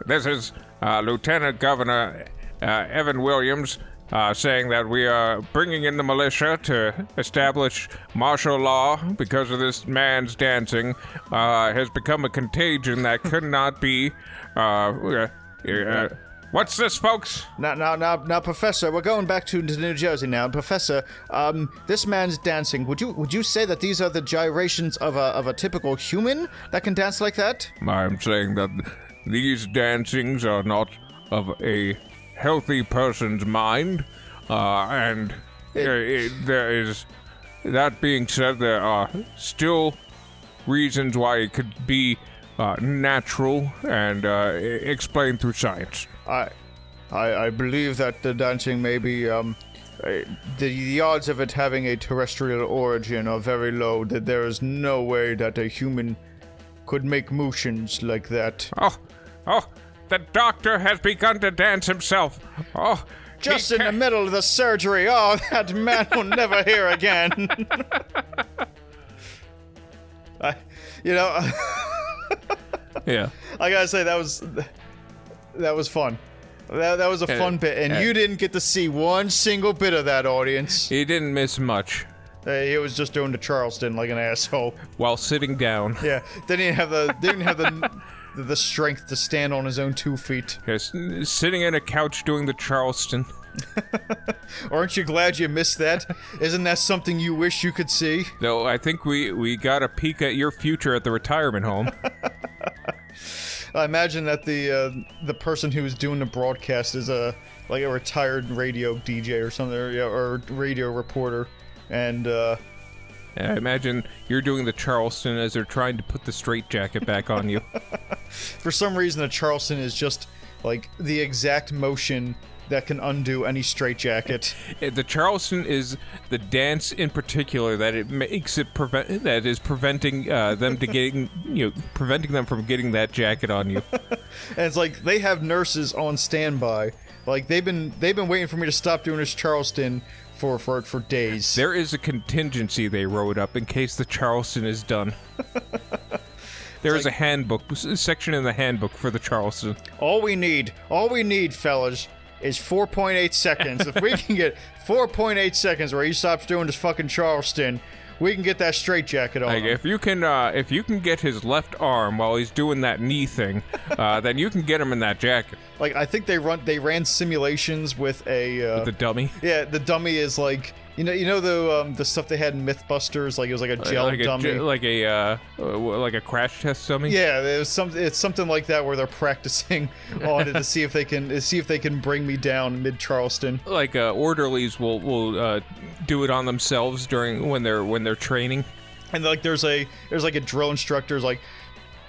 this is uh, Lieutenant Governor uh, Evan Williams uh, saying that we are bringing in the militia to establish martial law because of this man's dancing uh, has become a contagion that could not be. Uh, uh, uh, what's this, folks?
Now, now, now, now, Professor, we're going back to, to New Jersey now. Professor, um, this man's dancing. Would you would you say that these are the gyrations of a of a typical human that can dance like that?
I'm saying that these dancings are not of a healthy person's mind, uh, and uh, it, there is. That being said, there are still reasons why it could be uh, natural and uh, e- explained through science.
I, I, I believe that the dancing may be um, uh, the the odds of it having a terrestrial origin are very low. That there is no way that a human could make motions like that.
Oh, oh, the doctor has begun to dance himself. Oh, he
Just in
ca-
the middle of the surgery. Oh, <laughs> that man will never hear again. <laughs> I, you know, <laughs>
Yeah.
I gotta say that was that was fun. That, that was a fun bit, and
uh,
you didn't get to see one single bit of that audience.
He didn't miss much
Uh, he was just doing the Charleston like an asshole.
while sitting down.
Yeah, didn't have the didn't have the the <laughs> strength to stand on his own two feet.
Yes, sitting in a couch doing the Charleston.
Aren't you glad you missed that? Isn't that something you wish you could see?
No, I think we we got a peek at your future at the retirement home.
I imagine that the uh, the person who is doing the broadcast is a like a retired radio DJ or something, or, yeah, or radio reporter, and uh,
I imagine you're doing the Charleston as they're trying to put the straitjacket back on you.
for some reason the Charleston is just like the exact motion that can undo any straitjacket.
Eh, the Charleston is the dance in particular that it makes it prevent that is preventing uh, them to getting you know preventing them from getting that jacket on you.
And it's like they have nurses on standby. Like they've been they've been waiting for me to stop doing this Charleston for for for days.
There is a contingency they wrote up in case the Charleston is done. There is a handbook a section in the handbook for the Charleston.
all we need, all we need, fellas, is 4.8 seconds. if we can <laughs> get 4.8 seconds where he stops doing this fucking Charleston, we can get that straitjacket on.
Like,
him.
if you can, uh, if you can get his left arm while he's doing that
<laughs>
knee thing, uh, then you can get him in that jacket.
Like I think they run they ran simulations with a uh,
The dummy,
yeah the dummy is like you know you know the um, the stuff they had in MythBusters like it was like a gel
like
dummy.
a ge- like a uh, uh, like a crash test dummy.
Yeah, there's some, it's something like that where they're <laughs> practicing on it to see if they can to see if they can bring me down mid Charleston.
Like uh, orderlies will will uh, do it on themselves during when they're when they're training.
And like there's a there's like a drill instructor's like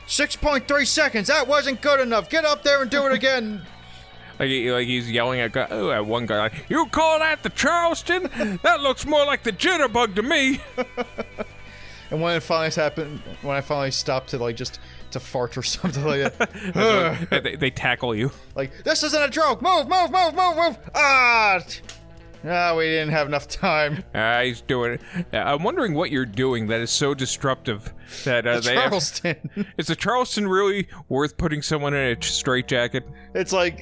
6.3 seconds. That wasn't good enough. Get up there and do it again. <laughs>
Like he, like he's yelling at guy, oh, at one guy, like, "You call that the Charleston? that looks more like the jitterbug
<laughs>
to me."
and when it finally happened, when I finally stopped to like just to fart or <laughs> something like that,
they, they tackle you.
like this isn't a joke. Move, move, move, move, move. Ah. Ah, we didn't have enough time.
Ah, he's doing it. Yeah, I'm wondering what you're doing that is so disruptive that uh, they. Have,
Charleston.
is the Charleston really worth putting someone in a straitjacket?
it's like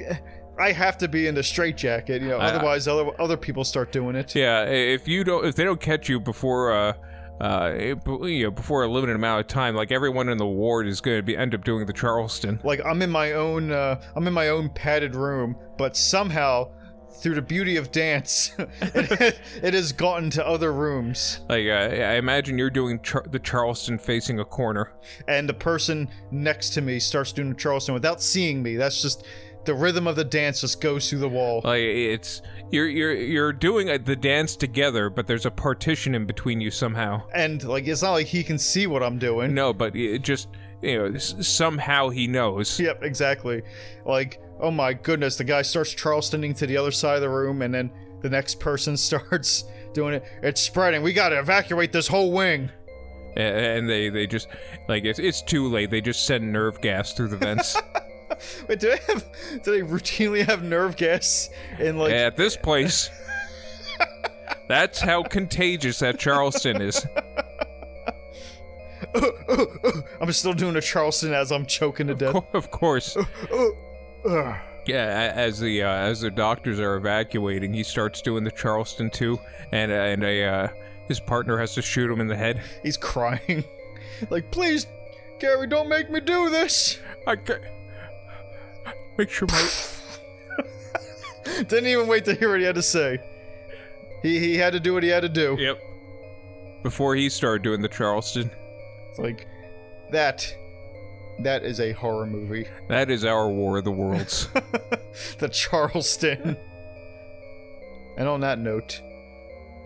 I have to be in the straitjacket, you know. otherwise, other other people start doing it.
Yeah, i- if you don't, if they don't catch you before, uh, uh, it- you know, before a limited amount of time, like everyone in the ward is going to be end up doing the Charleston.
Like I'm in my own, uh, I'm in my own padded room, but somehow, through the beauty of dance, <laughs> it, it has gotten to other rooms,
Like, uh, I imagine you're doing char- the Charleston facing a corner.
and the person next to me starts doing Charleston without seeing me. That's just the rhythm of the dance just goes through the wall.
Like, it's you're you're you're doing uh, the dance together, but there's a partition in between you somehow.
and like it's not like he can see what I'm doing.
No, but it just you know s- somehow he knows.
Yep, exactly. Like, oh my goodness, the guy starts Charlestoning to the other side of the room, and then the next person <laughs> starts doing it. It's spreading. We gotta evacuate this whole wing.
A- and they they just like it's it's too late. They just send nerve gas through the vents.
Wait, do they have? Do they routinely have nerve gas in like?
At this place, <laughs> that's how contagious that Charleston <laughs> is.
I'm still doing a Charleston as I'm choking to death.
Of course, uh,
Ugh.
yeah. a- As the uh, as the doctors are evacuating, he starts doing the Charleston too, and and a uh, his partner has to shoot him in the head.
He's crying. <laughs> Like, please, Gary, don't make me do this. <laughs>
I ca- make sure my
Didn't even wait to hear what he had to say. He he had to do what he had to do.
yep. Before he started doing the Charleston,
It's like that that is a horror movie.
that is our War of the Worlds.
<laughs> the Charleston. and on that note,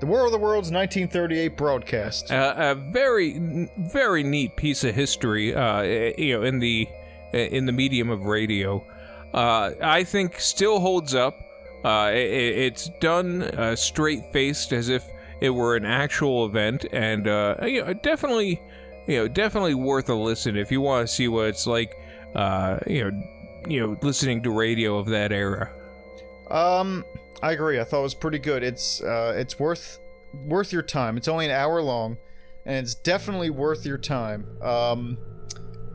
the War of the Worlds 1938 broadcast.
uh, a very very neat piece of history uh, you know in the in the medium of radio uh, I think still holds up uh, i- i it's done uh, straight faced as if it were an actual event and uh, you know definitely you know definitely worth a listen if you want to see what it's like uh, you know you know listening to radio of that era
Um I agree. I thought it was pretty good. It's uh it's worth worth your time. It's only an hour long and it's definitely worth your time. Um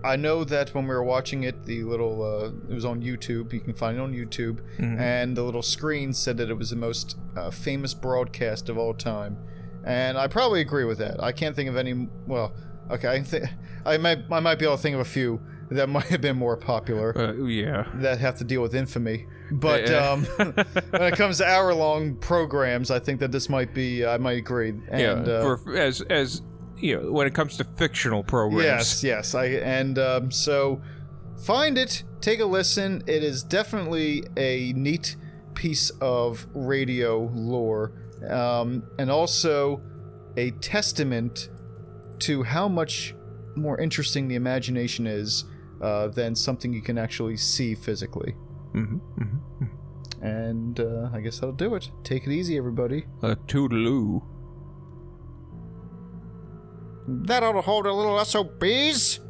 I know that when we were watching it, the little uh, it was on YouTube. You can find it on YouTube,
Mm. Mm-hmm.
and the little screen said that it was the most uh, famous broadcast of all time, and I probably agree with that. I can't think of any. Well, okay, I think I might I might be able to think of a few that <laughs> might have been more popular
uh, yeah
that have to deal with infamy. But
Yeah.
um, <laughs> when it comes to hour-long programs, I think that this might be. I might agree. And,
yeah
uh,
for, as as you know when it comes to fictional programs
Yes, yes. I and um, so find it, take a listen. It is definitely a neat piece of radio lore, um, and also a testament to how much more interesting the imagination is uh, than something you can actually see physically.
Mm-hmm,
And uh, I guess that'll do it. Take it easy, everybody.
A toodaloo.
That ought to hold a little SOBs.